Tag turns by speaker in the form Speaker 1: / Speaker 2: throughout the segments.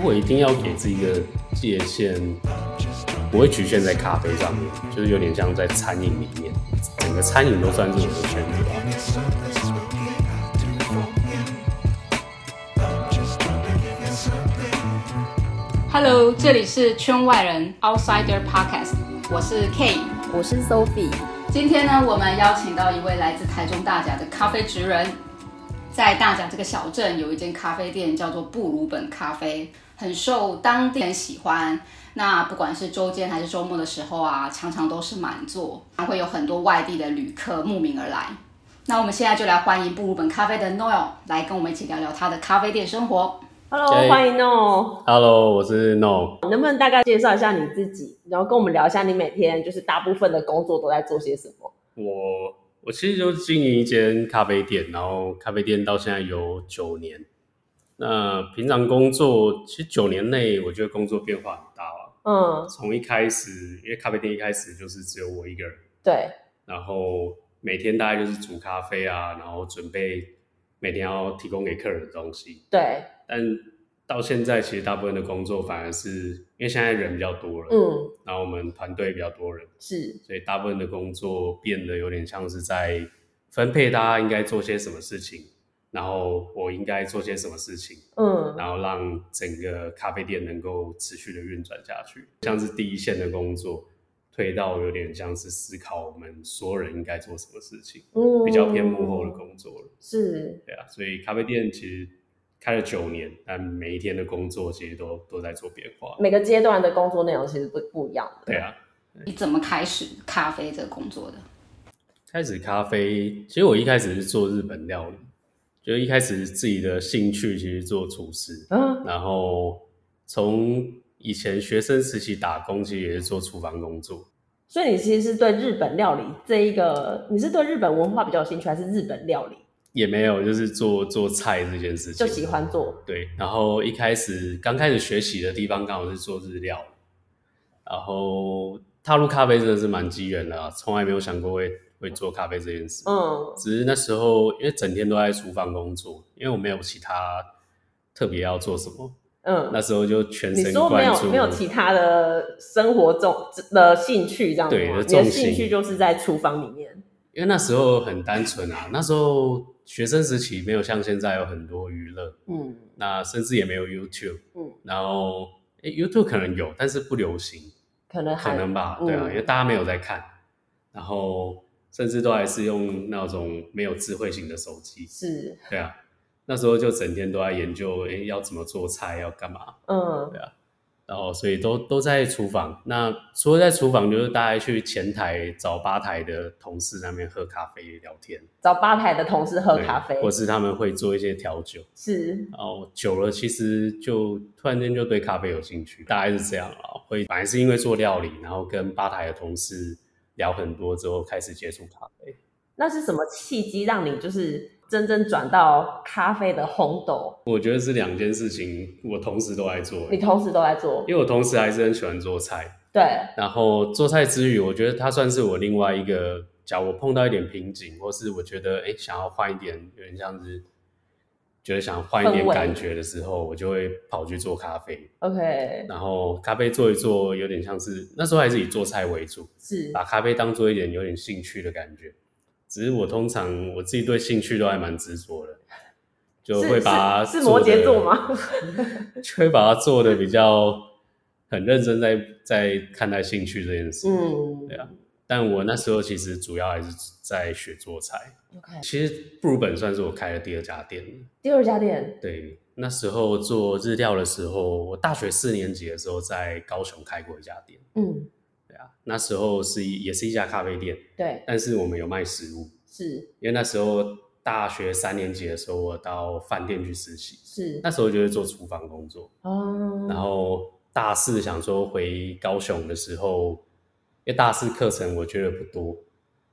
Speaker 1: 果一定要给自己一个界限，不会局限在咖啡上面，就是有点像在餐饮里面，整个餐饮都算是我的啊圈子吧。
Speaker 2: Hello，这里是圈外人 Outsider Podcast，我是 K。
Speaker 3: 我是 Sophie，
Speaker 2: 今天呢，我们邀请到一位来自台中大甲的咖啡职人，在大甲这个小镇有一间咖啡店叫做布鲁本咖啡，很受当地人喜欢。那不管是周间还是周末的时候啊，常常都是满座，还会有很多外地的旅客慕名而来。那我们现在就来欢迎布鲁本咖啡的 Noel 来跟我们一起聊聊他的咖啡店生活。
Speaker 3: Hello，
Speaker 1: Hey
Speaker 3: 欢迎哦。
Speaker 1: Hello，我是 No，
Speaker 3: 能不能大概介绍一下你自己，然后跟我们聊一下你每天就是大部分的工作都在做些什么？
Speaker 1: 我我其实就经营一间咖啡店，然后咖啡店到现在有九年。那平常工作，其实九年内我觉得工作变化很大了。
Speaker 3: 嗯，
Speaker 1: 从一开始，因为咖啡店一开始就是只有我一个人，
Speaker 3: 对，
Speaker 1: 然后每天大概就是煮咖啡啊，然后准备每天要提供给客人的东西。
Speaker 3: 对，
Speaker 1: 但到现在，其实大部分的工作反而是因为现在人比较多了，，
Speaker 3: 嗯，
Speaker 1: 然后我们团队比较多人，
Speaker 3: 是，
Speaker 1: 所以大部分的工作变得有点像是在分配大家应该做些什么事情，然后我应该做些什么事情，
Speaker 3: 嗯，
Speaker 1: 然后让整个咖啡店能够持续的运转下去，像是第一线的工作。推到有点像是思考我们所有人应该做什么事情，
Speaker 3: 嗯，
Speaker 1: 比较偏幕后的工作了，
Speaker 3: 是，
Speaker 1: 对啊，所以咖啡店其实开了九年，但每一天的工作其实都都在做变化，
Speaker 3: 每个阶段的工作内容其实不不一样的。
Speaker 1: 对啊，
Speaker 2: 你怎么开始咖啡这个工作的？
Speaker 1: 开始咖啡，其实我一开始是做日本料理，就一开始自己的兴趣其实做厨师，
Speaker 3: 嗯，
Speaker 1: 然后从以前学生时期打工，其实也是做厨房工作。
Speaker 3: 所以你其实是对日本料理这一个，你是对日本文化比较有兴趣，还是日本料理
Speaker 1: 也没有，就是做做菜这件事情，
Speaker 3: 就喜欢做？
Speaker 1: 对，然后一开始刚开始学习的地方刚好是做日料，然后踏入咖啡真的是蛮机缘的、啊，从来没有想过会会做咖啡这件事。
Speaker 3: 嗯，
Speaker 1: 只是那时候因为整天都在厨房工作，因为我没有其他特别要做什么，那
Speaker 3: 嗯，
Speaker 1: 时候就全
Speaker 3: 你
Speaker 1: 神
Speaker 3: 说没
Speaker 1: 贯
Speaker 3: 有
Speaker 1: 注。
Speaker 3: 没有其他的生活重的兴趣这样子
Speaker 1: 对
Speaker 3: 吗？
Speaker 1: 的
Speaker 3: 你的
Speaker 1: 重心
Speaker 3: 兴趣就是在厨房里面。
Speaker 1: 因为那时候很单纯啊，那时候学生时期没有像现在有很多娱乐，
Speaker 3: 嗯
Speaker 1: 那甚至也没有 YouTube，
Speaker 3: 嗯，
Speaker 1: 然后、诶 YouTube 可能有，但是不流行，
Speaker 3: 可能
Speaker 1: 可
Speaker 3: 还
Speaker 1: 能吧，对啊，
Speaker 3: 嗯
Speaker 1: 因为大家没有在看，然后甚至都还是用那种没有智慧型的手机，
Speaker 3: 是，
Speaker 1: 对啊，那时候就整天都在研究，诶、要怎么做菜，要干嘛，
Speaker 3: 嗯
Speaker 1: 啊然后所以都都在厨房。那除了在厨房，就是大家去前台找吧台的同事那边喝咖啡聊天，
Speaker 3: 找吧台的同事喝咖啡
Speaker 1: 对或是他们会做一些调酒。
Speaker 3: 是，
Speaker 1: 然后久了，其实就突然间就对咖啡有兴趣，大概是这样啊。会本来是因为做料理，然后跟吧台的同事聊很多之后，开始接触咖啡。
Speaker 3: 那是什么契机让你就是真正转到咖啡的烘豆？
Speaker 1: 我觉得是两件事情，我同时都在做，
Speaker 3: 你同时都在做，
Speaker 1: 因为我同时还是很喜欢做菜，
Speaker 3: 对，
Speaker 1: 然后做菜之余，我觉得它算是我另外一个，假如我碰到一点瓶颈，或是我觉得哎想要换一点，有点像是觉得想换一点
Speaker 3: 氛围
Speaker 1: 感觉的时候，我就会跑去做咖啡。
Speaker 3: ，OK，
Speaker 1: 然后咖啡做一做，有点像是那时候还是以做菜为主，
Speaker 3: 是，
Speaker 1: 把咖啡当做一点有点兴趣的感觉。只是我通常我自己对兴趣都还蛮执着的，就是会把它
Speaker 3: 是是
Speaker 1: 做
Speaker 3: 摩
Speaker 1: 得
Speaker 3: 羯座吗？
Speaker 1: 就会把它做的比较很认真在在看待兴趣这件事。
Speaker 3: 嗯
Speaker 1: 对啊但我那时候其实主要还是在学做菜。
Speaker 3: ，OK，
Speaker 1: 其实布鲁本算是我开的第二家店了。
Speaker 3: 第二家店
Speaker 1: 对，那时候做日料的时候，我大学四年级的时候在高雄开过一家店。
Speaker 3: 嗯，
Speaker 1: 对啊，那时候是一也是一家咖啡店，
Speaker 3: 对，
Speaker 1: 但是我们有卖食物，
Speaker 3: 是
Speaker 1: 因为那时候大学三年级的时候，我到饭店去实习，
Speaker 3: 是，
Speaker 1: 那时候就是做厨房工作。然
Speaker 3: 哦，
Speaker 1: 后大四想说回高雄的时候，因为大四课程我觉得不多，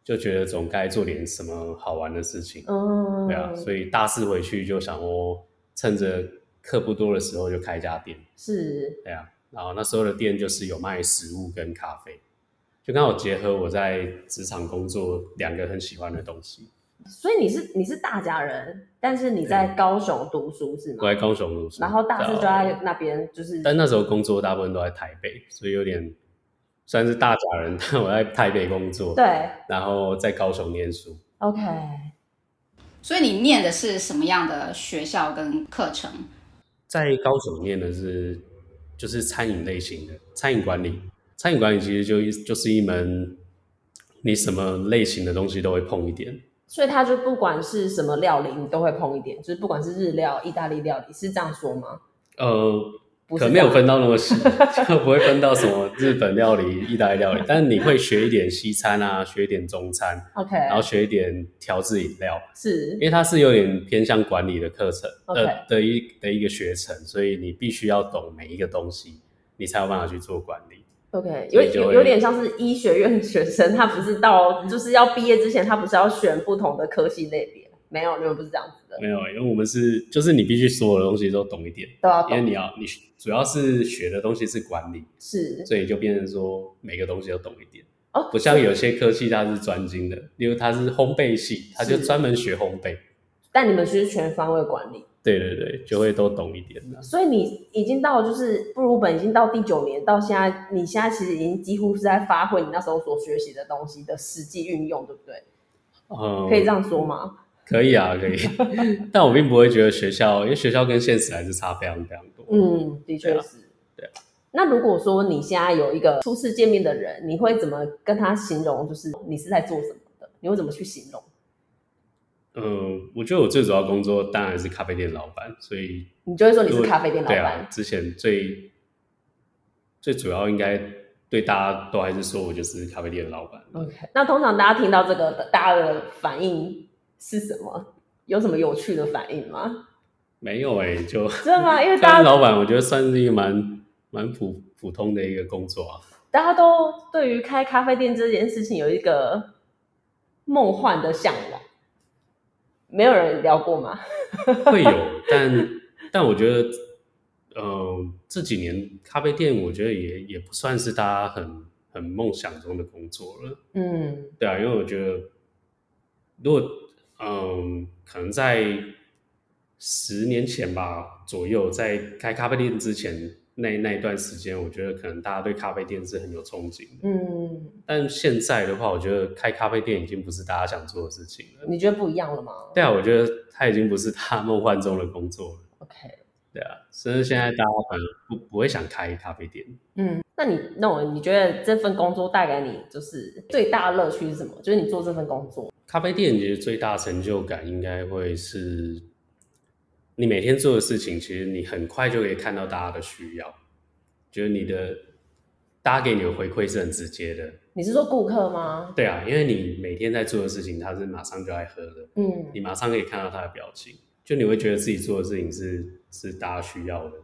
Speaker 1: 就觉得总该做点什么好玩的事情，
Speaker 3: 嗯，
Speaker 1: 对啊，所以大四回去就想哦，趁着课不多的时候就开一家店，
Speaker 3: 是，
Speaker 1: 对啊，然后那时候的店就是有卖食物跟咖啡，就刚好结合我在职场工作两个很喜欢的东西，
Speaker 3: 所以你是你是大家人，但是你在
Speaker 1: 对
Speaker 3: 高雄读书是
Speaker 1: 我
Speaker 3: 吗？
Speaker 1: 在高雄读书，
Speaker 3: 然后大致就
Speaker 1: 到
Speaker 3: 在那边，就是
Speaker 1: 但那时候工作大部分都在台北，所以有点算是大假人，但我在台北工作，，
Speaker 3: 对
Speaker 1: 然后在高雄念书。
Speaker 3: ，OK，
Speaker 2: 所以你念的是什么样的学校跟课程？
Speaker 1: 在高手念的是就是餐饮类型的餐饮管理，餐饮管理其实就就是一门你什么类型的东西都会碰一点，
Speaker 3: 所以他就不管是什么料理，你都会碰一点，就是不管是日料、意大利料理，是这样说吗？
Speaker 1: 呃，
Speaker 3: 不是
Speaker 1: 可能没有分到那么细， 就不会分到什么日本料理、意大利料理，但你会学一点西餐啊，学一点中餐，
Speaker 3: ，OK，
Speaker 1: 然后学一点调制饮料，
Speaker 3: 是
Speaker 1: 因为它是有点偏向管理的课程
Speaker 3: OK
Speaker 1: 呃的一的一个学程，所以你必须要懂每一个东西，你才有办法去做管理。
Speaker 3: OK，
Speaker 1: 所
Speaker 3: 有
Speaker 1: 以就
Speaker 3: 有
Speaker 1: 会
Speaker 3: 有点像是医学院学生，他不是到就是要毕业之前，他不是要选不同的科系类别？没有，你们不是这样子的，
Speaker 1: 没有，欸因为我们是就是你必须所有的东西都懂一点，
Speaker 3: 都要
Speaker 1: 因为
Speaker 3: 懂
Speaker 1: 你要你主要是学的东西是管理，
Speaker 3: 是
Speaker 1: 所以就变成说每个东西都懂一点。
Speaker 3: 哦
Speaker 1: 不像有些科系它是专精的，例如它是烘焙系，它就是专门学烘焙。
Speaker 3: 但你们是全方位管理，
Speaker 1: 对对对，就会都懂一点的。
Speaker 3: 所以你已经到就是布鲁本已经到第九年，到现在，你现在其实已经几乎是在发挥你那时候所学习的东西的实际运用，对不对？
Speaker 1: 嗯，
Speaker 3: 可以这样说吗？
Speaker 1: 可以啊，可以。 但我并不会觉得学校，因为学校跟现实还是差非常非常多。
Speaker 3: 嗯，的确
Speaker 1: 对啊
Speaker 3: 是。
Speaker 1: 对
Speaker 3: 那如果说你现在有一个初次见面的人，你会怎么跟他形容？就是你是在做什么的？你会怎么去形容？
Speaker 1: 嗯，我觉得我最主要工作当然是咖啡店老板，所以
Speaker 3: 你就会说你是
Speaker 1: 对
Speaker 3: 咖啡店老
Speaker 1: 对
Speaker 3: 板。
Speaker 1: 啊，之前最最主要应该对大家都还是说我就是咖啡店的老板。
Speaker 3: OK，那通常大家听到这个，大家的反应是什么？有什么有趣的反应吗？
Speaker 1: 没有哎、就
Speaker 3: 真的吗？因为
Speaker 1: 咖
Speaker 3: 大
Speaker 1: 啡
Speaker 3: 家
Speaker 1: 老板，我觉得算是一个蛮蛮普普通的一个工作啊。
Speaker 3: 大家都对于开咖啡店这件事情有一个梦幻的向往，没有人聊过吗？
Speaker 1: 会有， 但但我觉得，呃，这几年咖啡店，我觉得也也不算是大家很很梦想中的工作了。
Speaker 3: 嗯，
Speaker 1: 对啊，因为我觉得，如果嗯、可能在十年前吧左右，在开咖啡店之前那那一段时间，我觉得可能大家对咖啡店是很有憧憬的。
Speaker 3: 嗯，
Speaker 1: 但现在的话，我觉得开咖啡店已经不是大家想做的事情了。
Speaker 3: 你觉得不一样了吗
Speaker 1: 对啊，我觉得它已经不是他梦幻中的工作了。
Speaker 3: ？OK，
Speaker 1: 对啊，所以现在大家反而不不会想开咖啡店。
Speaker 3: 嗯，那你那我你觉得这份工作带给你就是最大的乐趣是什么？就是你做这份工作，
Speaker 1: 咖啡店其实最大成就感应该会是，你每天做的事情，其实你很快就可以看到大家的需要，就是你的大家给你的回馈是很直接的。
Speaker 3: 你是说顾客吗？
Speaker 1: 对啊，因为你每天在做的事情，他是马上就来喝的，
Speaker 3: 嗯
Speaker 1: 你马上可以看到他的表情，就你会觉得自己做的事情是是大家需要的。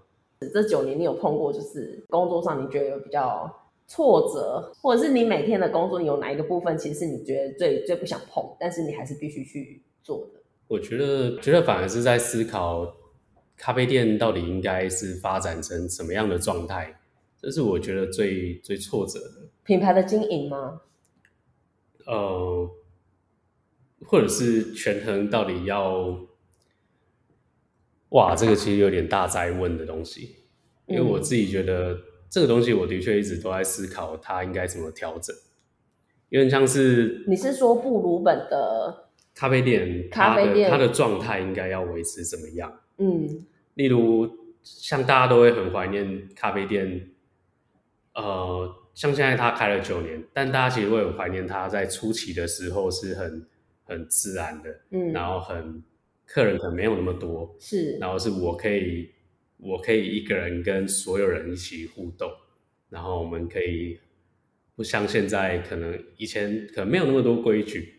Speaker 3: 这九年你有碰过，就是工作上你觉得有比较挫折，或者是你每天的工作，你有哪一个部分其实是你觉得最最不想碰，但是你还是必须去做的？
Speaker 1: 我觉得，觉得反而是在思考咖啡店到底应该是发展成什么样的状态，这是我觉得最最挫折的。
Speaker 3: 品牌的经营吗？
Speaker 1: 呃，或者是权衡到底要，哇，这个其实有点大灾问的东西，因为
Speaker 3: 嗯
Speaker 1: 我自己觉得这个东西，我的确一直都在思考它应该怎么调整，有点像是
Speaker 3: 你是说布鲁本的，
Speaker 1: 咖啡店，
Speaker 3: 咖啡店
Speaker 1: 它的它的状态应该要维持怎么样？
Speaker 3: 嗯，
Speaker 1: 例如，像大家都会很怀念咖啡店，呃，像现在他开了九年，但大家其实会很怀念他在初期的时候是很很自然的，
Speaker 3: 嗯
Speaker 1: 然后很客人可能没有那么多，
Speaker 3: 是
Speaker 1: 然后是我可以我可以一个人跟所有人一起互动，然后我们可以不像现在可能以前可能没有那么多规矩。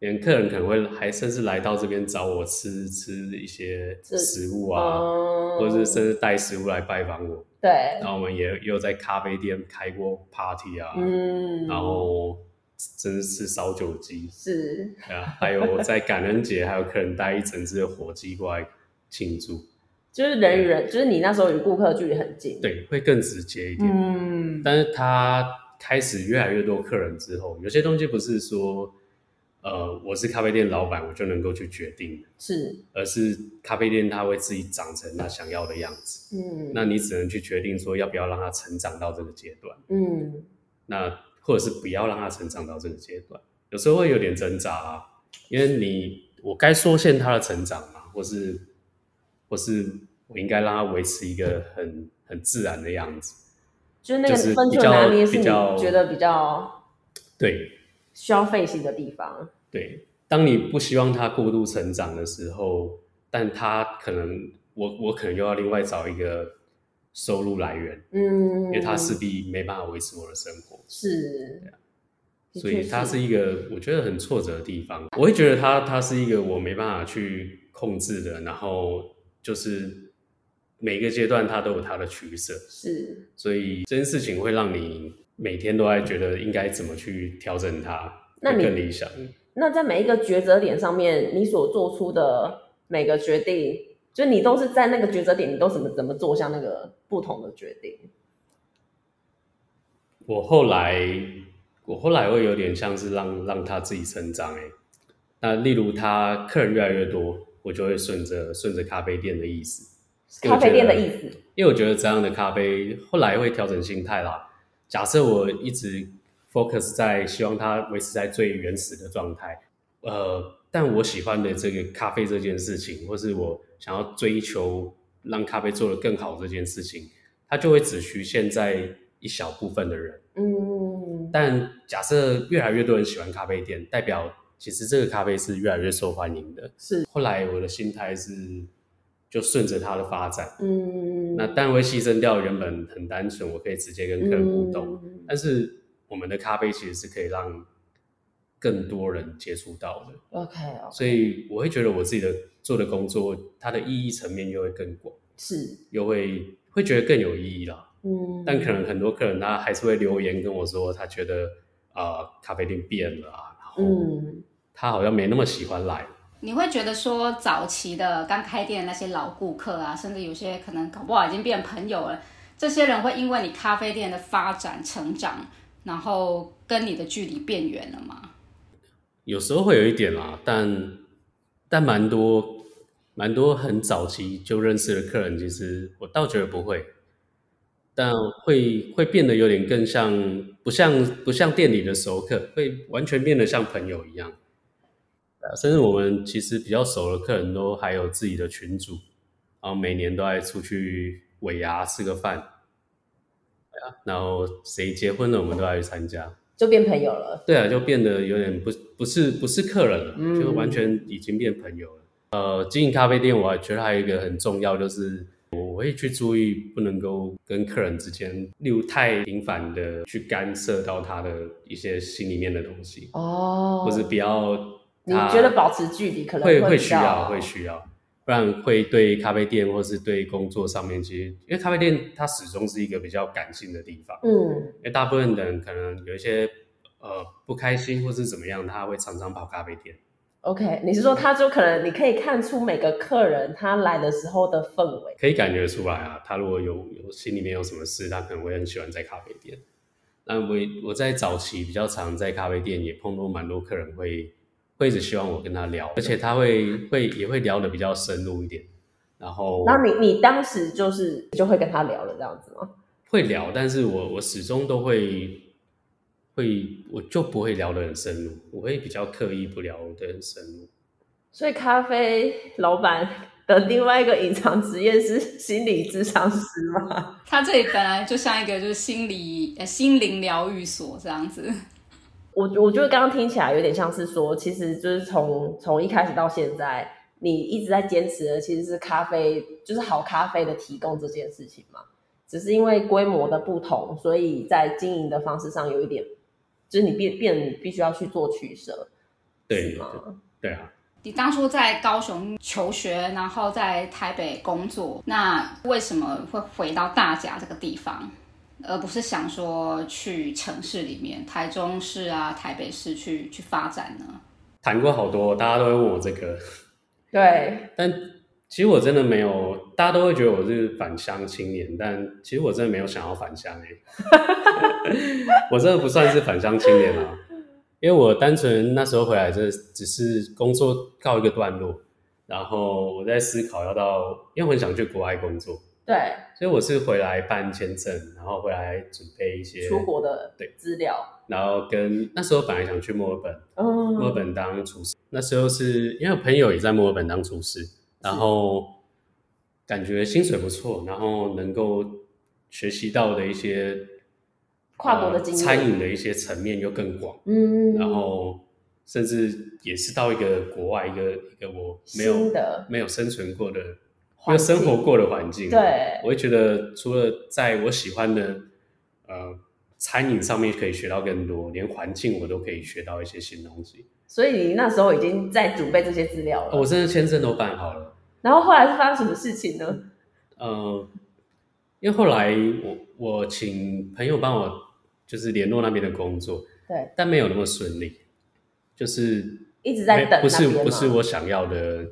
Speaker 1: 连客人可能会还甚至来到这边找我吃吃一些
Speaker 3: 这
Speaker 1: 食物啊，
Speaker 3: 嗯，
Speaker 1: 或者是甚至带食物来拜访我。
Speaker 3: 对
Speaker 1: 然，后我们也也有在咖啡店开过 party 啊，
Speaker 3: 嗯，
Speaker 1: 然后甚至吃烧酒鸡
Speaker 3: 是
Speaker 1: 啊，还有在感恩节还有客人带一整只的火鸡过来庆祝，
Speaker 3: 就是人与人，就是你那时候与顾客距离很近，，
Speaker 1: 对，会更直接一点。
Speaker 3: 嗯，
Speaker 1: 但是他开始越来越多客人之后，有些东西不是说呃，我是咖啡店老板，我就能够去决定，
Speaker 3: 是，
Speaker 1: 而是咖啡店它会自己长成它想要的样子。
Speaker 3: 嗯，
Speaker 1: 那你只能去决定说要不要让它成长到这个阶段，
Speaker 3: 嗯，
Speaker 1: 那或者是不要让它成长到这个阶段。有时候会有点挣扎啊，因为你我该缩限它的成长嘛，或是或是我应该让它维持一个很很自然的样子。
Speaker 3: 就是那个
Speaker 1: 就是
Speaker 3: 分
Speaker 1: 比
Speaker 3: 寸
Speaker 1: 较
Speaker 3: 拿捏是你
Speaker 1: 比较
Speaker 3: 觉得比较
Speaker 1: 对，
Speaker 3: 需要费心的地方，
Speaker 1: 对，当你不希望它过度成长的时候，但它可能我我可能又要另外找一个收入来源，
Speaker 3: 嗯，
Speaker 1: 因为它势必没办法维持我的生活，
Speaker 3: 是，的
Speaker 1: 啊所
Speaker 3: 确
Speaker 1: 以它是一个我觉得很挫折的地方。我会觉得它它是一个我没办法去控制的，然后就是每个阶段它都有它的取舍，
Speaker 3: 是
Speaker 1: 所以这件事情会让你每天都在觉得应该怎么去调整它，
Speaker 3: 那
Speaker 1: 会
Speaker 3: 你
Speaker 1: 更理想。
Speaker 3: 那在每一个抉择点上面，你所做出的每个决定，就你都是在那个抉择点，你都怎么怎么做下那个不同的决定？
Speaker 1: 我后来，我后来会有点像是让让他自己成长哎、那例如他客人越来越多，我就会顺着顺着咖啡店的意思，因为
Speaker 3: 咖
Speaker 1: 我觉
Speaker 3: 啡
Speaker 1: 得
Speaker 3: 店的意思，
Speaker 1: 因为我觉得这样的咖啡后来会调整心态啦。假设我一直 focus 在希望它维持在最原始的状态，呃，但我喜欢的这个咖啡这件事情，或是我想要追求让咖啡做得更好这件事情，它就会只局限在一小部分的人。
Speaker 3: 嗯，
Speaker 1: 但假设越来越多人喜欢咖啡店，代表其实这个咖啡是越来越受欢迎的。
Speaker 3: 是，
Speaker 1: 后来我的心态是，就顺着它的发展，
Speaker 3: 嗯，
Speaker 1: 那当然会牺牲掉原本很单纯，我可以直接跟客人互动，
Speaker 3: 嗯
Speaker 1: 但是我们的咖啡其实是可以让更多人接触到的，
Speaker 3: OK 哦，
Speaker 1: 所以我会觉得我自己的做的工作，它的意义层面又会更广，
Speaker 3: 是，
Speaker 1: 又会会觉得更有意义啦。
Speaker 3: 嗯，
Speaker 1: 但可能很多客人他还是会留言跟我说，他觉得啊、呃咖啡店变了啊，然后
Speaker 3: 嗯，
Speaker 1: 他好像没那么喜欢来。
Speaker 2: 你会觉得说，早期的刚开店的那些老顾客啊，甚至有些可能搞不好已经变朋友了，这些人会因为你咖啡店的发展成长，然后跟你的距离变远了吗？
Speaker 1: 有时候会有一点啦，但但蛮多蛮多很早期就认识的客人，其实我倒觉得不会，但会会变得有点更像不像不像店里的熟客，会完全变得像朋友一样。对啊甚至我们其实比较熟的客人都还有自己的群组，然后每年都爱出去尾牙吃个饭，对啊然后谁结婚了我们都爱去参加。
Speaker 3: 就变朋友了，
Speaker 1: 对啊，就变得有点不不是不是客人了，
Speaker 3: 嗯
Speaker 1: 就完全已经变朋友了。呃，经营咖啡店，我还觉得还有一个很重要，就是我我会去注意不能够跟客人之间，例如太频繁的去干涉到他的一些心里面的东西，
Speaker 3: 哦，
Speaker 1: 或是不要
Speaker 3: 你
Speaker 1: 他
Speaker 3: 觉得保持距离可能
Speaker 1: 会
Speaker 3: 会比
Speaker 1: 需
Speaker 3: 较
Speaker 1: 要会需要，不然会对咖啡店或是对工作上面，其实因为咖啡店它始终是一个比较感性的地方，
Speaker 3: 嗯，
Speaker 1: 因为大部分的人可能有一些呃不开心或是怎么样，他会常常跑咖啡店。
Speaker 3: OK，你是说他就可能你可以看出每个客人他来的时候的氛围，
Speaker 1: 可以感觉出来啊，他如果有有心里面有什么事，他可能会很喜欢在咖啡店。那我也我在早期比较常在咖啡店也碰到蛮多客人会会一直希望我跟他聊，而且他会会也会聊的比较深入一点，然后
Speaker 3: 然后你你当时就是就会跟他聊了这样子吗？
Speaker 1: 会聊，但是我我始终都会会我就不会聊得很深入，我会比较刻意不聊得很深入。
Speaker 3: 所以咖啡老板的另外一个隐藏职业是心理咨商师吗？
Speaker 2: 他这里本来就像一个就是心理呃心灵疗愈所这样子，
Speaker 3: 我我觉得刚刚听起来有点像是说，其实就是从从一开始到现在，你一直在坚持的其实是咖啡，就是好咖啡的提供这件事情嘛。只是因为规模的不同，所以在经营的方式上有一点，就是你变变必须要去做取舍，
Speaker 1: 对
Speaker 3: 是吗？
Speaker 1: 对啊，
Speaker 2: 你当初在高雄求学，然后在台北工作，那为什么会回到大甲这个地方，而不是想说去城市里面，台中市啊、台北市去去发展呢？
Speaker 1: 谈过好多，大家都会问我这个，
Speaker 3: 对，
Speaker 1: 但其实我真的没有，大家都会觉得我是返乡青年，但其实我真欸 的没有想要返乡哎、我真的不算是返乡青年啊。因为我单纯那时候回来，这只是工作告一个段落，然后我在思考要到，因为我很想去国外工作，
Speaker 3: 对，
Speaker 1: 所以我是回来办签证，然后回来准备一些
Speaker 3: 出，国的
Speaker 1: 对
Speaker 3: 资料，
Speaker 1: 然后跟那时候本来想去墨尔本，墨尔
Speaker 3: 嗯，
Speaker 1: 本当厨师，那时候是因为我朋友也在墨尔本当厨师，然后感觉薪水不错，然后能够学习到的一些
Speaker 3: 跨国的
Speaker 1: 呃
Speaker 3: 经验
Speaker 1: 餐饮的一些层面又更广。
Speaker 3: 嗯，
Speaker 1: 然后甚至也是到一个国外一个一个我没
Speaker 3: 新
Speaker 1: 有
Speaker 3: 的
Speaker 1: 没有生存过的、没
Speaker 3: 环
Speaker 1: 有
Speaker 3: 境
Speaker 1: 生活过的环境，
Speaker 3: 对
Speaker 1: 我会觉得除了在我喜欢的呃餐饮上面可以学到更多，连环境我都可以学到一些新东西。
Speaker 3: 所以你那时候已经在准备这些资料
Speaker 1: 哦我
Speaker 3: 了，
Speaker 1: 真的签证都办好了，
Speaker 3: 然后后来是发生什么事情呢？
Speaker 1: 呃，因为后来我我请朋友帮我就是联络那边的工作，
Speaker 3: 对，
Speaker 1: 但没有那么顺利，就是
Speaker 3: 一直在
Speaker 1: 没
Speaker 3: 等
Speaker 1: 不
Speaker 3: 那
Speaker 1: 是
Speaker 3: 边
Speaker 1: 不
Speaker 3: 吗
Speaker 1: 是我想要的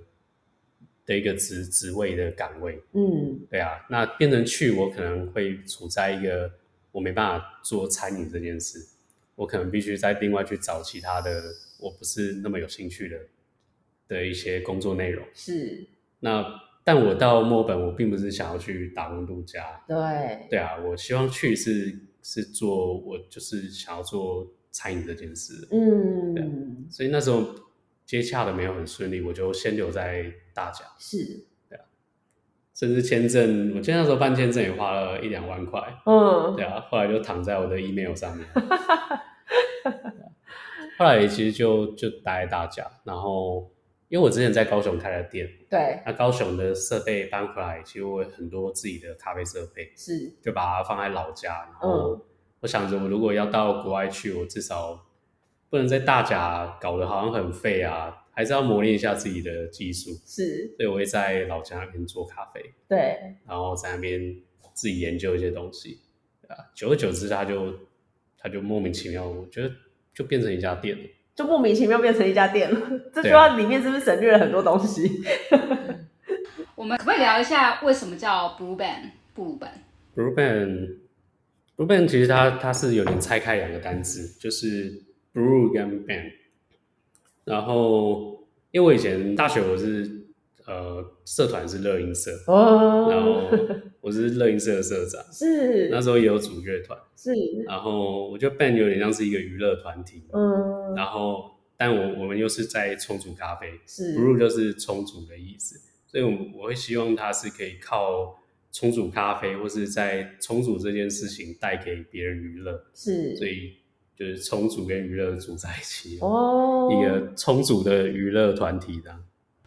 Speaker 1: 的一个职职位的岗位，
Speaker 3: 嗯，
Speaker 1: 对啊，那变成去我可能会处在一个我没办法做餐饮这件事，我可能必须再另外去找其他的我不是那么有兴趣的的一些工作内容。
Speaker 3: 是，
Speaker 1: 那但我到墨尔本，我并不是想要去打工度假，
Speaker 3: 对，
Speaker 1: 对啊，我希望去是是做我就是想要做餐饮这件事，
Speaker 3: 嗯，
Speaker 1: 所以那时候接洽的没有很顺利，我就先留在大甲，
Speaker 3: 是，
Speaker 1: 甚至签证，我记得那时候办签证也花了一两万块，
Speaker 3: 嗯
Speaker 1: 对，啊，后来就躺在我的 email 上面。对啊后来其实就就待在大甲，然后因为我之前在高雄开了店，
Speaker 3: 对，
Speaker 1: 那高雄的设备搬回来，其实我有很多自己的咖啡设备，
Speaker 3: 是，
Speaker 1: 就把它放在老家。然后我想着，我如果要到国外去，我至少不能在大甲搞得好像很废啊，还是要磨练一下自己的技术。
Speaker 3: 是，
Speaker 1: 所以我会在老家那边做咖啡，
Speaker 3: 对，
Speaker 1: 然后在那边自己研究一些东西，对啊，久而久之，它就它就莫名其妙，我觉得就变成一家店了。
Speaker 3: 就莫名其妙变成一家店了。 这句
Speaker 1: 对啊
Speaker 3: 话里面是不是省略了很多东西？
Speaker 2: 我们可不可以聊一下为什么叫 Blue Band 布鲁本？
Speaker 1: Ruben Ruben 其实它它是有点拆开两个单字，就是 brew 跟 ban。然后因为我以前大学我是呃社团是乐音社，然后
Speaker 3: 哦，
Speaker 1: 我是乐音社的社长，
Speaker 3: 是
Speaker 1: 那时候也有组乐团，
Speaker 3: 是，
Speaker 1: 然后我觉得 ban 有点像是一个娱乐团体，
Speaker 3: 嗯，
Speaker 1: 然后但我我们又是在冲煮咖啡
Speaker 3: 是
Speaker 1: ，brew 就是冲煮的意思，所以我我会希望它是可以靠冲煮咖啡或是在冲煮这件事情带给别人娱乐，
Speaker 3: 是，
Speaker 1: 所以就是冲煮跟娱乐组在一起，
Speaker 3: 哦，
Speaker 1: 一个冲煮的娱乐团体的。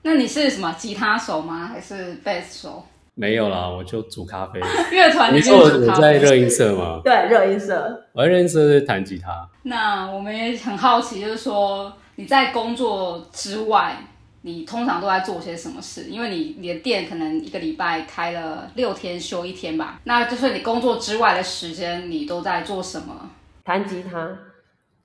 Speaker 2: 那你是什么吉他手吗？还是贝斯手？
Speaker 1: 没有啦，我就煮 咖啡。
Speaker 2: 乐团
Speaker 1: 你
Speaker 2: 里面
Speaker 1: 说我
Speaker 2: 煮
Speaker 1: 我
Speaker 2: 咖
Speaker 1: 在
Speaker 2: 啡。
Speaker 1: 热音社吗？
Speaker 3: 对热音社，
Speaker 1: 我在热音社是弹吉他。
Speaker 2: 那我们也很好奇，就是说你在工作之外，你通常都在做些什么事？因为你你的店可能一个礼拜开了六天，休一天吧。那就是你工作之外的时间，你都在做什么？
Speaker 3: 弹吉他，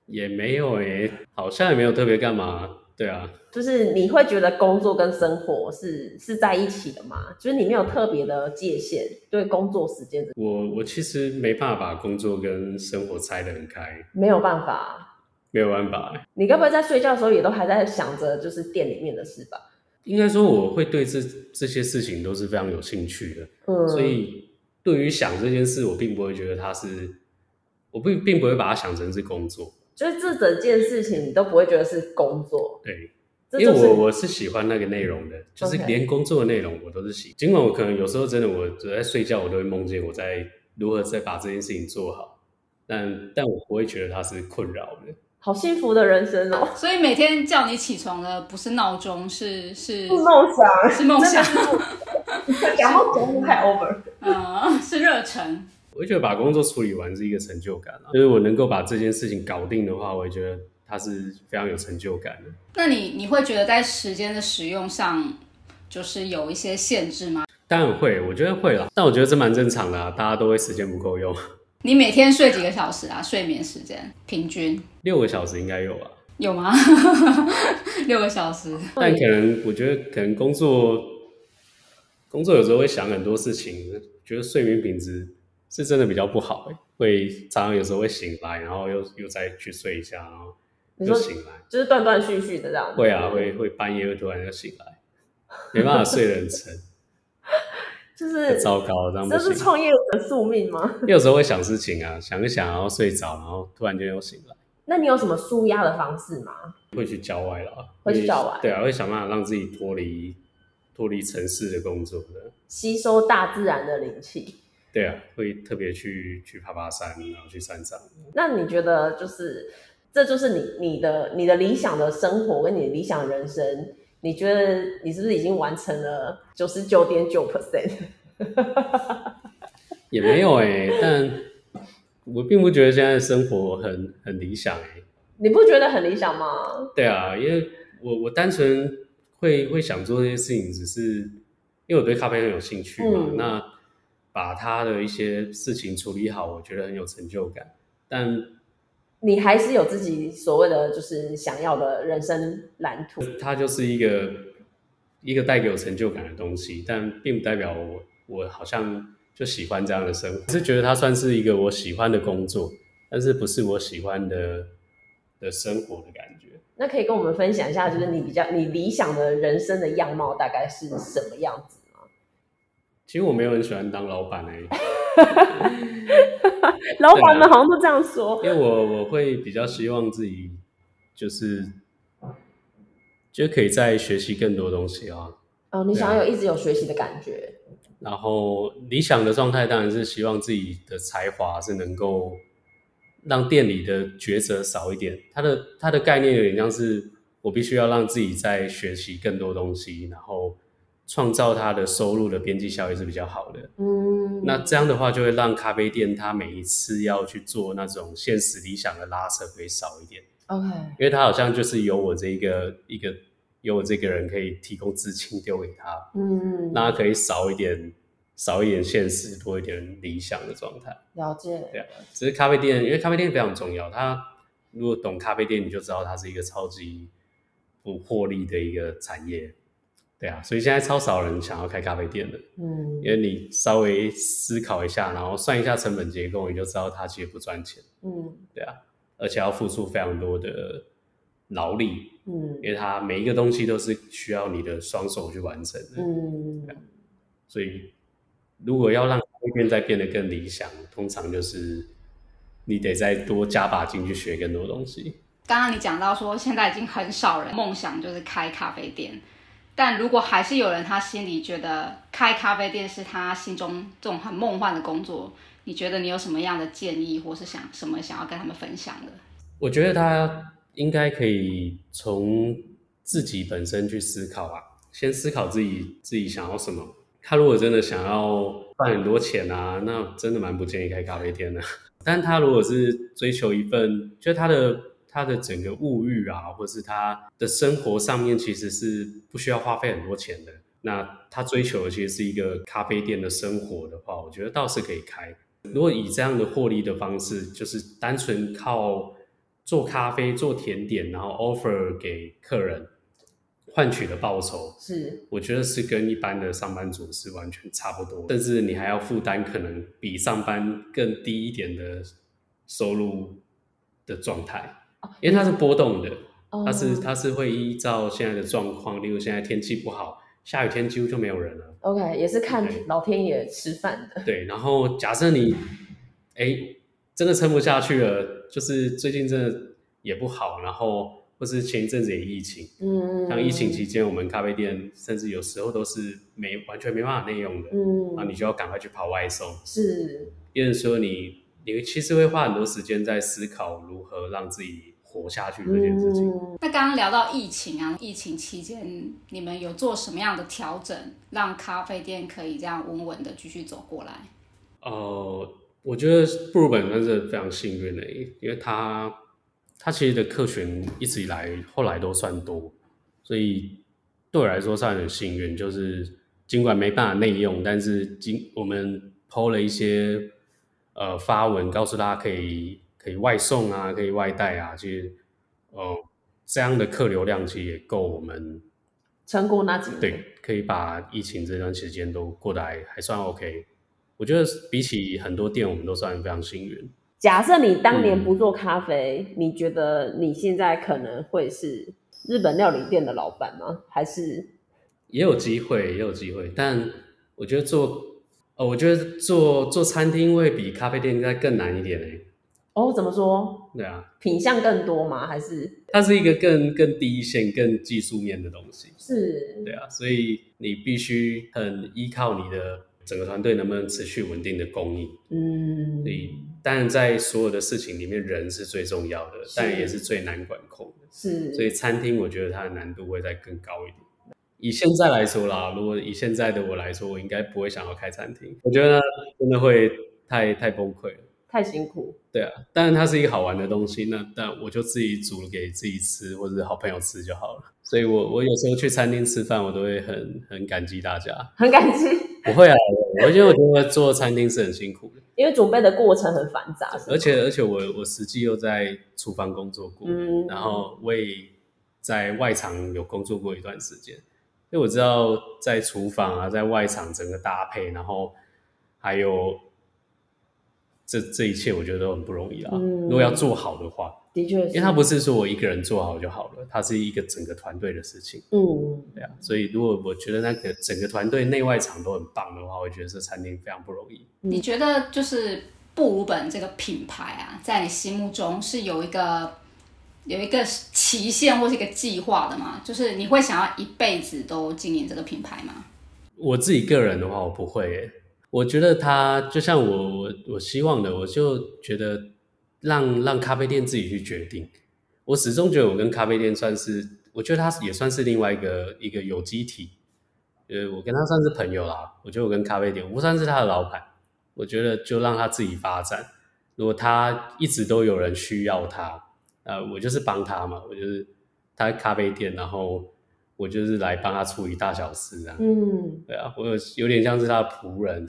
Speaker 1: 也没有诶、好像也没有特别干嘛。对啊，
Speaker 3: 就是你会觉得工作跟生活是是在一起的嘛？就是你没有特别的界限，对工作时间
Speaker 1: 我我其实没办法把工作跟生活拆得很开，
Speaker 3: 没有办法。
Speaker 1: 没有办法欸。
Speaker 3: 你该不会在睡觉的时候也都还在想着就是店里面的事吧？
Speaker 1: 应该说我会对这这些事情都是非常有兴趣的，
Speaker 3: 嗯，
Speaker 1: 所以对于想这件事，我并不会觉得它是，我并并不会把它想成是工作。
Speaker 3: 就是这整件事情你都不会觉得是工作，
Speaker 1: 对，
Speaker 3: 这
Speaker 1: 因为
Speaker 3: 就是
Speaker 1: 我我是喜欢那个内容的，就是
Speaker 3: OK
Speaker 1: 连工作的内容我都是喜。尽管我可能有时候真的我只在睡觉，我都会梦见我在如何再把这件事情做好，但但我不会觉得它是困扰的。
Speaker 3: 好幸福的人生哦。
Speaker 2: 所以每天叫你起床的不是闹钟，是是
Speaker 3: 梦 想，
Speaker 2: 是梦想，
Speaker 3: 然后节目太 over。
Speaker 2: 嗯， 是热忱。
Speaker 1: 我会觉得把工作处理完是一个成就感啊，就是我能够把这件事情搞定的话，我会觉得它是非常有成就感的。
Speaker 2: 那你你会觉得在时间的使用上，就是有一些限制吗？
Speaker 1: 当然会，我觉得会啦，但我觉得这蛮正常的、啊，大家都会时间不够用，
Speaker 2: 你每天睡几个小时啊？睡眠时间平均
Speaker 1: 六个小时应该有啊吧，
Speaker 2: 有吗？ 六个小时，
Speaker 1: 但可能我觉得可能工作工作有时候会想很多事情，觉得睡眠品质是真的比较不好、欸，会常常有时候会醒来，然后又又再去睡一下，然后
Speaker 3: 你
Speaker 1: 就
Speaker 3: 说
Speaker 1: 醒来。
Speaker 3: 就是断断续续的这样子。
Speaker 1: 会啊，会会半夜会突然就醒来，没办法睡得很 沉，
Speaker 3: 就是
Speaker 1: 太糟糕了，这样不
Speaker 3: 这是
Speaker 1: 行。
Speaker 3: 创业者的宿命吗？
Speaker 1: 有时候会想事情啊，想一想然后睡着，然后突然间又醒来，
Speaker 3: 那你有什么舒压的方式吗？
Speaker 1: 会去郊外了，
Speaker 3: 会去郊外
Speaker 1: 对啊，会想办法让自己脱离脱离城市的工作的，
Speaker 3: 吸收大自然的灵气。
Speaker 1: 对啊，会特别去去爬爬山，然后去山上。
Speaker 3: 那你觉得就是这就是你你的你的理想的生活跟你的理想人生，你觉得你是不是已经完成了九十九点九 percent？
Speaker 1: 也没有哎、但我并不觉得现在的生活很很理想哎、
Speaker 3: 你不觉得很理想吗？
Speaker 1: 对啊，因为我我单纯会会想做这些事情，只是因为我对咖啡很有兴趣嘛。
Speaker 3: 嗯
Speaker 1: 那把他的一些事情处理好，我觉得很有成就感。但
Speaker 3: 你还是有自己所谓的就是想要的人生蓝图。
Speaker 1: 它就是一个一个带给我成就感的东西，但并不代表我我好像就喜欢这样的生活，只是觉得它算是一个我喜欢的工作，但是不是我喜欢的的生活的感觉。
Speaker 3: 那可以跟我们分享一下，就是你比较你理想的人生的样貌大概是什么样子吗？
Speaker 1: 其实我没有很喜欢当老板哎、
Speaker 3: 老板
Speaker 1: 啊
Speaker 3: 们好像都这样说，
Speaker 1: 因为我我会比较希望自己就是就可以再学习更多东西啊。
Speaker 3: 哦，你想要有一直有学习的感觉，
Speaker 1: 然后理想的状态当然是希望自己的才华是能够让店里的抉择少一点。它的它的概念有点像是我必须要让自己在学习更多东西，然后创造它的收入的边际效益是比较好的。
Speaker 3: 嗯，
Speaker 1: 那这样的话，就会让咖啡店它每一次要去做那种现实理想的拉扯会少一点，
Speaker 3: OK，
Speaker 1: 因为它好像就是有我这一个一个有我这个人可以提供资金丢给他，
Speaker 3: 嗯，
Speaker 1: 那他可以少一点少一点现实，多一点理想的状态。
Speaker 3: 了解，
Speaker 1: 对啊，只是咖啡店，因为咖啡店非常重要，它如果懂咖啡店，你就知道它是一个超级不获利的一个产业。对啊，所以现在超少人想要开咖啡店的。
Speaker 3: 嗯
Speaker 1: 因为你稍微思考一下，然后算一下成本结构，你就知道它其实不赚钱，
Speaker 3: 嗯
Speaker 1: 对啊，而且要付出非常多的劳力，
Speaker 3: 嗯
Speaker 1: 因为它每一个东西都是需要你的双手去完成的，
Speaker 3: 嗯，
Speaker 1: 所以如果要让咖啡店再变得更理想，通常就是你得再多加把劲去学更多东西。
Speaker 2: 刚刚你讲到说，现在已经很少人梦想就是开咖啡店，但如果还是有人他心里觉得开咖啡店是他心中这种很梦幻的工作，你觉得你有什么样的建议，或是想什么想要跟他们分享的？
Speaker 1: 我觉得他应该可以从自己本身去思考啊，先思考自己自己想要什么。他如果真的想要赚很多钱啊，那真的蛮不建议开咖啡店的。 但他如果是追求一份，就他的他的整个物欲啊，或是他的生活上面，其实是不需要花费很多钱的。那他追求的其实是一个咖啡店的生活的话，我觉得倒是可以开。如果以这样的获利的方式，就是单纯靠做咖啡、做甜点，然后 offer 给客人换取的报酬，
Speaker 3: 是，
Speaker 1: 我觉得是跟一般的上班族是完全差不多，甚至你还要负担可能比上班更低一点的收入的状态，因为它是波动的，
Speaker 3: 哦
Speaker 1: 它是它是会依照现在的状况，例如现在天气不好，下雨天几乎就没有人了。
Speaker 3: 哦 OK，也是看
Speaker 1: 对
Speaker 3: 老天爷吃饭的，
Speaker 1: 对，然后假设你，哎，真的撑不下去了，就是最近真的也不好，然后或是前一阵子也疫情，
Speaker 3: 嗯，
Speaker 1: 像疫情期间，我们咖啡店甚至有时候都是没完全没办法内用的，
Speaker 3: 嗯，
Speaker 1: 那你就要赶快去跑外送。
Speaker 3: 是，
Speaker 1: 也就是说你，你其实会花很多时间在思考如何让自己活下去这件事情。
Speaker 3: 嗯
Speaker 2: 那刚刚聊到疫情啊，疫情期间你们有做什么样的调整，让咖啡店可以这样稳稳的继续走过来？
Speaker 1: 呃，我觉得布鲁本真是非常幸运的、因为他他其实的客群一直以来后来都算多，所以对我来说算很幸运。就是尽管没办法内用，但是经我们抛了一些呃发文，告诉大家可以可以外送啊，可以外带啊，其实呃这样的客流量其实也够我们
Speaker 3: 成功那几年，
Speaker 1: 对，可以把疫情这段时间都过得还还算 OK。我觉得比起很多店，我们都算非常幸运。
Speaker 3: 假设你当年
Speaker 1: 嗯
Speaker 3: 不做咖啡，你觉得你现在可能会是日本料理店的老板吗？还是
Speaker 1: 也有机会，也有机会，但我觉得做，呃，我觉得做做餐厅会比咖啡店应该更难一点呢、
Speaker 3: 哦怎么说
Speaker 1: 对啊，
Speaker 3: 品相更多吗？还是
Speaker 1: 它是一个更更第一线、更技术面的东西。
Speaker 3: 是
Speaker 1: 对啊，所以你必须很依靠你的整个团队能不能持续稳定的供应。
Speaker 3: 嗯
Speaker 1: 所以，当然在所有的事情里面，人是最重要的，
Speaker 3: 是
Speaker 1: 但也是最难管控的。
Speaker 3: 是
Speaker 1: 所以餐厅我觉得它的难度会再更高一点。以现在来说啦，如果以现在的我来说，我应该不会想要开餐厅，我觉得真的会太太崩溃了。
Speaker 3: 太辛苦
Speaker 1: 对啊，当然它是一个好玩的东西，那但我就自己煮给自己吃或者是好朋友吃就好了。所以我我有时候去餐厅吃饭，我都会很很感激大家。
Speaker 3: 很感激，
Speaker 1: 我会啊，我因为我觉得做餐厅是很辛苦的，
Speaker 3: 因为准备的过程很繁杂，是吗
Speaker 1: 而且而且我我实际又在厨房工作过，
Speaker 3: 嗯
Speaker 1: 然后我也在外场有工作过一段时间，因为我知道在厨房啊，在外场整个搭配，然后还有这这一切，我觉得都很不容易啦。
Speaker 3: 嗯
Speaker 1: 如果要做好的话，
Speaker 3: 的确是，
Speaker 1: 因为它不是说我一个人做好就好了，它是一个整个团队的事情，
Speaker 3: 嗯
Speaker 1: 对啊。所以如果我觉得那个整个团队内外场都很棒的话，我觉得这餐厅非常不容易。
Speaker 2: 你觉得就是布鲁本这个品牌啊，在你心目中是有一个有一个期限或是一个计划的吗？就是你会想要一辈子都经营这个品牌吗？
Speaker 1: 我自己个人的话，我不会耶。我觉得它就像我我我希望的，我就觉得让让咖啡店自己去决定。我始终觉得我跟咖啡店算是，我觉得它也算是另外一个一个有机体。呃，我跟他算是朋友啦，我觉得我跟咖啡店，我不算是他的老板，我觉得就让他自己发展。如果他一直都有人需要他，呃，我就是帮他嘛，我就是他咖啡店，然后我就是来帮他处理大小事啊。
Speaker 3: 嗯
Speaker 1: 对啊，我有有点像是他的仆人，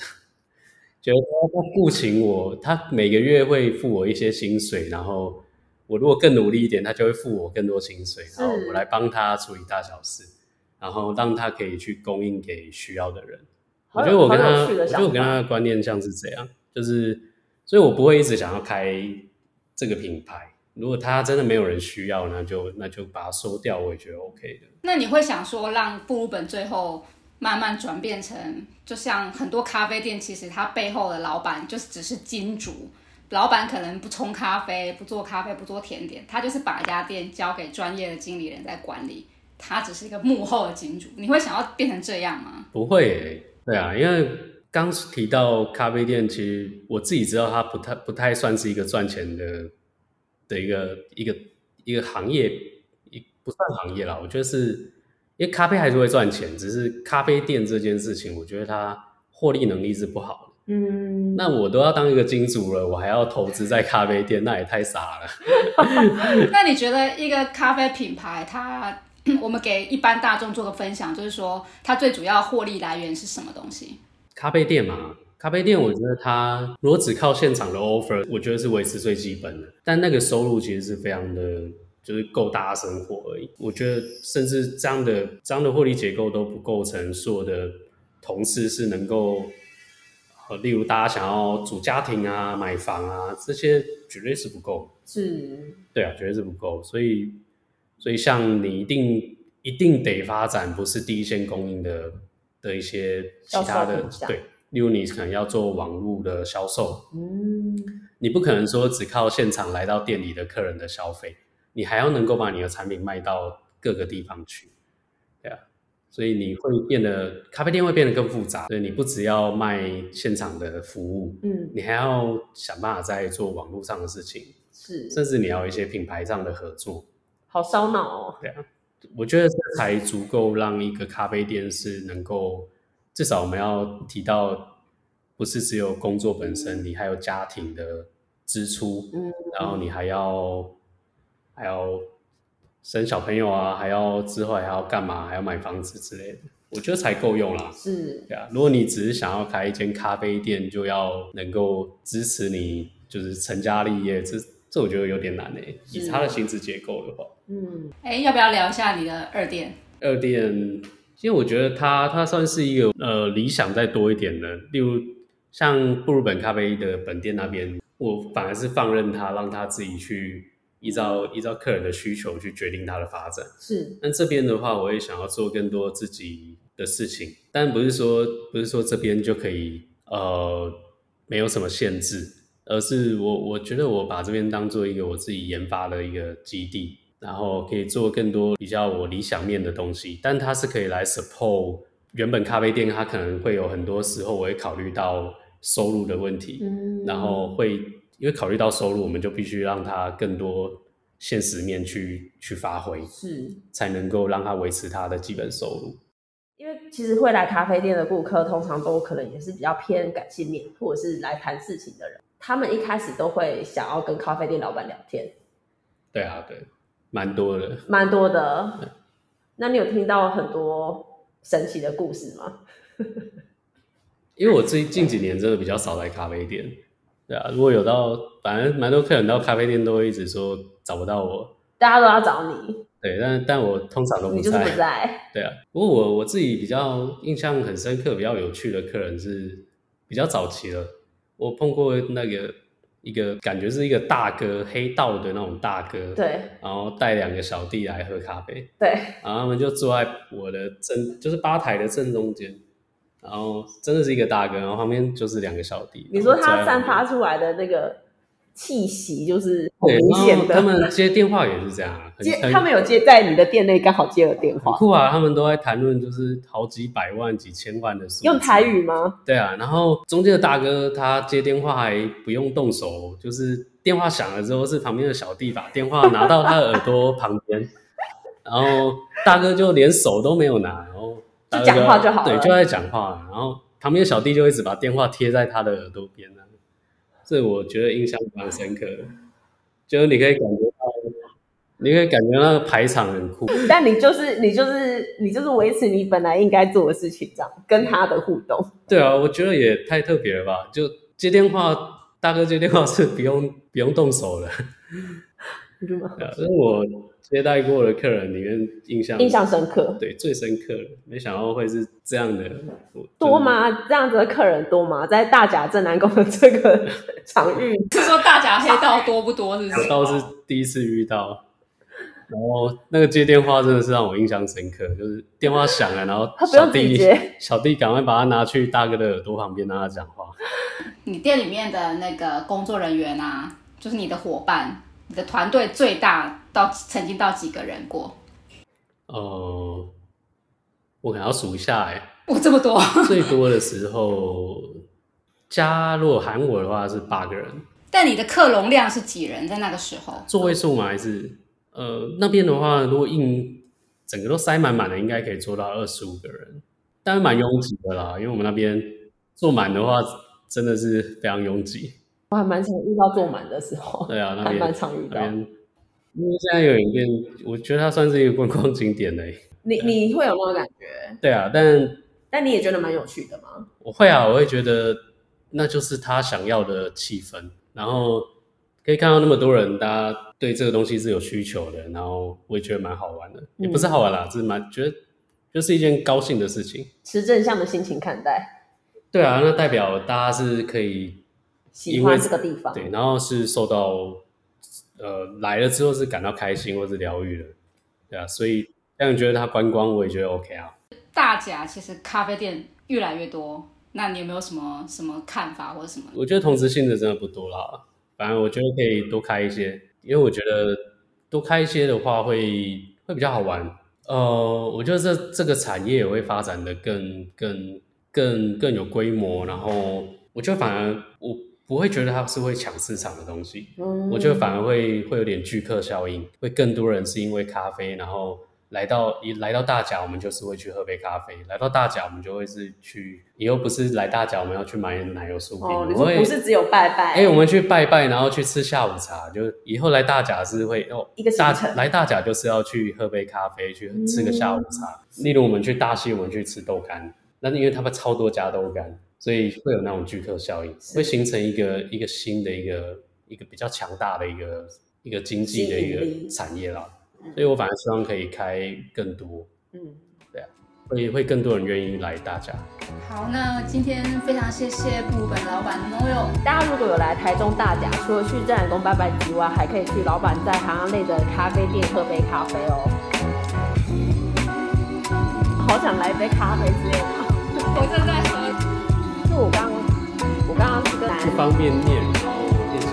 Speaker 1: 觉得他他雇请我，他每个月会付我一些薪水，然后我如果更努力一点，他就会付我更多薪水，然后我来帮他处理大小事，然后让他可以去供应给需要的人。
Speaker 3: 好
Speaker 1: 我
Speaker 3: 有
Speaker 1: 觉得我跟
Speaker 3: 好有
Speaker 1: 他，
Speaker 3: 趣的
Speaker 1: 我觉得我
Speaker 3: 想
Speaker 1: 跟
Speaker 3: 法
Speaker 1: 他的观念像是这样，就是，所以我不会一直想要开这个品牌。如果他真的没有人需要，那就那就把它收掉，我也觉得 OK 的。
Speaker 2: 那你会想说让布鲁本最后慢慢转变成，就像很多咖啡店，其实它背后的老板就是只是金主。老板可能不冲咖啡，不做咖啡，不做甜点，他就是把一家店交给专业的经理人在管理，他只是一个幕后的金主。你会想要变成这样吗？
Speaker 1: 不会耶、对啊，因为刚提到咖啡店，其实我自己知道它不太不太算是一个赚钱的的一个一个一个行业，一不算行业啦。我觉得是因为咖啡还是会赚钱，只是咖啡店这件事情，我觉得它获利能力是不好的。
Speaker 3: 嗯，
Speaker 1: 那我都要当一个金主了，我还要投资在咖啡店，那也太傻了。
Speaker 2: 那你觉得一个咖啡品牌，它 我们给一般大众做个分享，就是说它最主要获利来源是什么东西？
Speaker 1: 咖啡店嘛，咖啡店我觉得它如果只靠现场的 offer，我觉得是维持最基本的，但那个收入其实是非常的，就是够大家生活而已。我觉得甚至这样的这样的获利结构都不构成所有的同事是能够。呃例如大家想要组家庭啊、买房啊，这些绝对是不够的。
Speaker 3: 是
Speaker 1: 对啊，绝对是不够。所以，所以像你一定一定得发展不是第一线供应的的一些其他
Speaker 3: 销售
Speaker 1: 的
Speaker 3: 品项，
Speaker 1: 对，例如你可能要做网络的销售，
Speaker 3: 嗯
Speaker 1: 你不可能说只靠现场来到店里的客人的消费，你还要能够把你的产品卖到各个地方去，对啊。所以你会变得咖啡店会变得更复杂，所以你不只要卖现场的服务，
Speaker 3: 嗯
Speaker 1: 你还要想办法在做网络上的事情，
Speaker 3: 是
Speaker 1: 甚至你要有一些品牌上的合作，
Speaker 3: 好烧脑哦，
Speaker 1: 我觉得这才足够让一个咖啡店是能够，至少我们要提到，不是只有工作本身，你还有家庭的支出，
Speaker 3: 嗯，
Speaker 1: 然后你还要还要生小朋友啊，还要之后还要干嘛，还要买房子之类的，我觉得才够用啦。
Speaker 3: 是
Speaker 1: 对啊，如果你只是想要开一间咖啡店，就要能够支持你就是成家立业，这这我觉得有点难诶、以
Speaker 3: 是啊
Speaker 1: 他的薪资结构的话。
Speaker 3: 嗯
Speaker 2: 哎，要不要聊一下你的二店？
Speaker 1: 二店，因为我觉得它它算是一个呃理想再多一点的，例如像布鲁本咖啡的本店那边，我反而是放任他，让他自己去依照依照客人的需求去决定他的发展。
Speaker 3: 是
Speaker 1: 但这边的话，我也想要做更多自己的事情，但不是说不是说这边就可以呃没有什么限制，而是我我觉得我把这边当做一个我自己研发的一个基地，然后可以做更多比较我理想面的东西，但它是可以来 support 原本咖啡店，它可能会有很多时候我会考虑到收入的问题，
Speaker 3: 嗯
Speaker 1: 然后会因为考虑到收入，我们就必须让它更多现实面去去发挥。
Speaker 3: 是
Speaker 1: 才能够让他维持他的基本收入。
Speaker 3: 因为其实会来咖啡店的顾客，通常都可能也是比较偏感性面，或者是来谈事情的人。他们一开始都会想要跟咖啡店老板聊天，
Speaker 1: 对啊，对，蛮多的。
Speaker 3: 蛮多的。那你有听到很多神奇的故事吗？
Speaker 1: 因为我最近几年真的比较少来咖啡店，对啊，如果有到，反正蛮多客人到咖啡店都会一直说找不到我，
Speaker 3: 大家都要找你，
Speaker 1: 对，但但我通常都
Speaker 3: 你
Speaker 1: 不
Speaker 3: 就是
Speaker 1: 在，
Speaker 3: 不在。
Speaker 1: 对啊。不过我我自己比较印象很深刻、比较有趣的客人是比较早期的，我碰过那个一个感觉是一个大哥黑道的那种大哥，，
Speaker 3: 对
Speaker 1: 然后带两个小弟来喝咖啡，
Speaker 3: 对，
Speaker 1: 然后他们就坐在我的正，就是吧台的正中间，然后真的是一个大哥，然后旁边就是两个小弟。
Speaker 3: 你说
Speaker 1: 然后坐在旁
Speaker 3: 他散
Speaker 1: 边
Speaker 3: 发出来的那个气息，就是很
Speaker 1: 对，
Speaker 3: 明
Speaker 1: 然后
Speaker 3: 显的。
Speaker 1: 他们接电话也是这样啊，很
Speaker 3: 接
Speaker 1: 很
Speaker 3: 他们有接在你的店内刚好接了电
Speaker 1: 很
Speaker 3: 话，
Speaker 1: 酷啊，他们都在谈论就是好几百万、几千万的数字。
Speaker 3: 用台语吗？
Speaker 1: 对啊，然后中间的大哥他接电话还不用动手，就是电话响了之后，是旁边的小弟把电话拿到他的耳朵旁边，然后大哥就连手都没有拿，然后大哥
Speaker 3: 就讲话就好了
Speaker 1: 对，就在讲话，然后旁边的小弟就一直把电话贴在他的耳朵边啊，这我觉得印象蛮深刻的，就是你可以感觉到，你可以感觉到排场很酷，
Speaker 3: 但你就是你就是你就是维持你本来应该做的事情，这样跟他的互动。
Speaker 1: 对啊，我觉得也太特别了吧！就接电话，大哥接电话是不用 不用动手的。
Speaker 3: 你知道吗
Speaker 1: 对啊这是我接待过的客人里面印象
Speaker 3: 嗯印象深刻
Speaker 1: 对最深刻的，没想到会是这样的我
Speaker 3: 多？吗？这样子的客人多吗？在大甲镇南宫的这个场域，
Speaker 2: 是说大甲黑道多不多？是不
Speaker 1: 就是我
Speaker 2: 是？
Speaker 1: 倒是第一次遇到。然后那个接电话真的是让我印象深刻，就是电话响了，然后
Speaker 3: 他不用
Speaker 1: 小
Speaker 3: 自己
Speaker 1: 弟
Speaker 3: 接
Speaker 1: 小弟赶快把它拿去大哥的耳朵旁边让他讲话。
Speaker 2: 你店里面的那个工作人员啊，就是你的伙伴，你的团队最大到曾经到几个人过？
Speaker 1: 呃，我可能要数一下哎、
Speaker 2: 哇，这么多！
Speaker 1: 最多的时候，加如果喊我的话是八个人，
Speaker 2: 但你的客容量是几人？在那个时候，
Speaker 1: 座位数嘛还是呃那边的话，如果硬整个都塞满满的，应该可以坐到二十五个人，但是蛮拥挤的啦，因为我们那边坐满的话真的是非常拥挤。
Speaker 3: 我还蛮常遇到坐满的时候，
Speaker 1: 对啊，那
Speaker 3: 还
Speaker 1: 边
Speaker 3: 蛮常遇
Speaker 1: 那
Speaker 3: 到。
Speaker 1: 边，因为现在有一变，我觉得它算是一个观光景点嘞、
Speaker 3: 你你会有那种感觉，
Speaker 1: 对啊，但
Speaker 3: 但你也觉得蛮有趣的吗？
Speaker 1: 我会啊，我会觉得那就是他想要的气氛，然后可以看到那么多人，大家对这个东西是有需求的，然后我也觉得蛮好玩的，
Speaker 3: 嗯
Speaker 1: 也不是好玩啦，就是蛮觉得就是一件高兴的事情。
Speaker 3: 持正向的心情看待，
Speaker 1: 对啊，那代表大家是可以
Speaker 3: 喜
Speaker 1: 因
Speaker 3: 欢
Speaker 1: 为
Speaker 3: 这个地方，
Speaker 1: 对，然后是受到呃来了之后是感到开心或是疗愈的，对啊，所以让人觉得他观光，我也觉得 OK 啊。
Speaker 2: 大甲其实咖啡店越来越多，那你有没有什么什么看法或者什么？
Speaker 1: 我觉得同质性的真的不多啦，反正我觉得可以多开一些，因为我觉得多开一些的话会会比较好玩。呃，我觉得这这个产业也会发展的更更更更有规模，然后我觉得反而我不会觉得它是会抢市场的东西，
Speaker 3: 嗯
Speaker 1: 我觉得反而会会有点聚客效应，会更多人是因为咖啡，然后来到一来到大甲，我们就是会去喝杯咖啡；来到大甲，我们就会是去，以后不是来大甲我们要去买奶油酥饼，
Speaker 3: 哦，你
Speaker 1: 我
Speaker 3: 说
Speaker 1: 会
Speaker 3: 不是只有拜拜，
Speaker 1: 哎、我们去拜拜，然后去吃下午茶，就以后来大甲是会哦，
Speaker 3: 一个行
Speaker 1: 大
Speaker 3: 程嗯
Speaker 1: 来大甲就是要去喝杯咖啡，去吃个下午茶。例如我们去大溪，我们去吃豆干，那因为他们超多家豆干，所以会有那种聚客效应，会形成一个一个新的一个一个比较强大的一个一个经济的一
Speaker 3: 吸引力
Speaker 1: 个产业啦。所以我反而希望可以开更多。
Speaker 3: 嗯，
Speaker 1: 对啊。会会更多人愿意来大家。
Speaker 2: 好，那今天非常谢谢布鲁本老板 Noel。
Speaker 3: 大家如果有来台中大甲，除了去正南宫拜拜之外，还可以去老板在行行内的咖啡店喝杯咖啡哦。好想来一杯咖啡之类的。
Speaker 2: 我正在喝，
Speaker 3: 就我刚我刚刚是跟男
Speaker 1: 不
Speaker 3: 人，
Speaker 1: 方便念，然后念起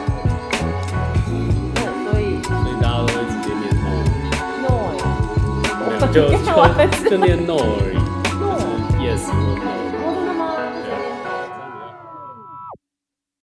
Speaker 1: 来，
Speaker 3: 所以
Speaker 1: 所以大家都会直接念 no，
Speaker 3: no
Speaker 1: 没有就
Speaker 3: 我不念完
Speaker 1: 就就念 no 而已， 就
Speaker 3: no
Speaker 1: 是 yes 或 no。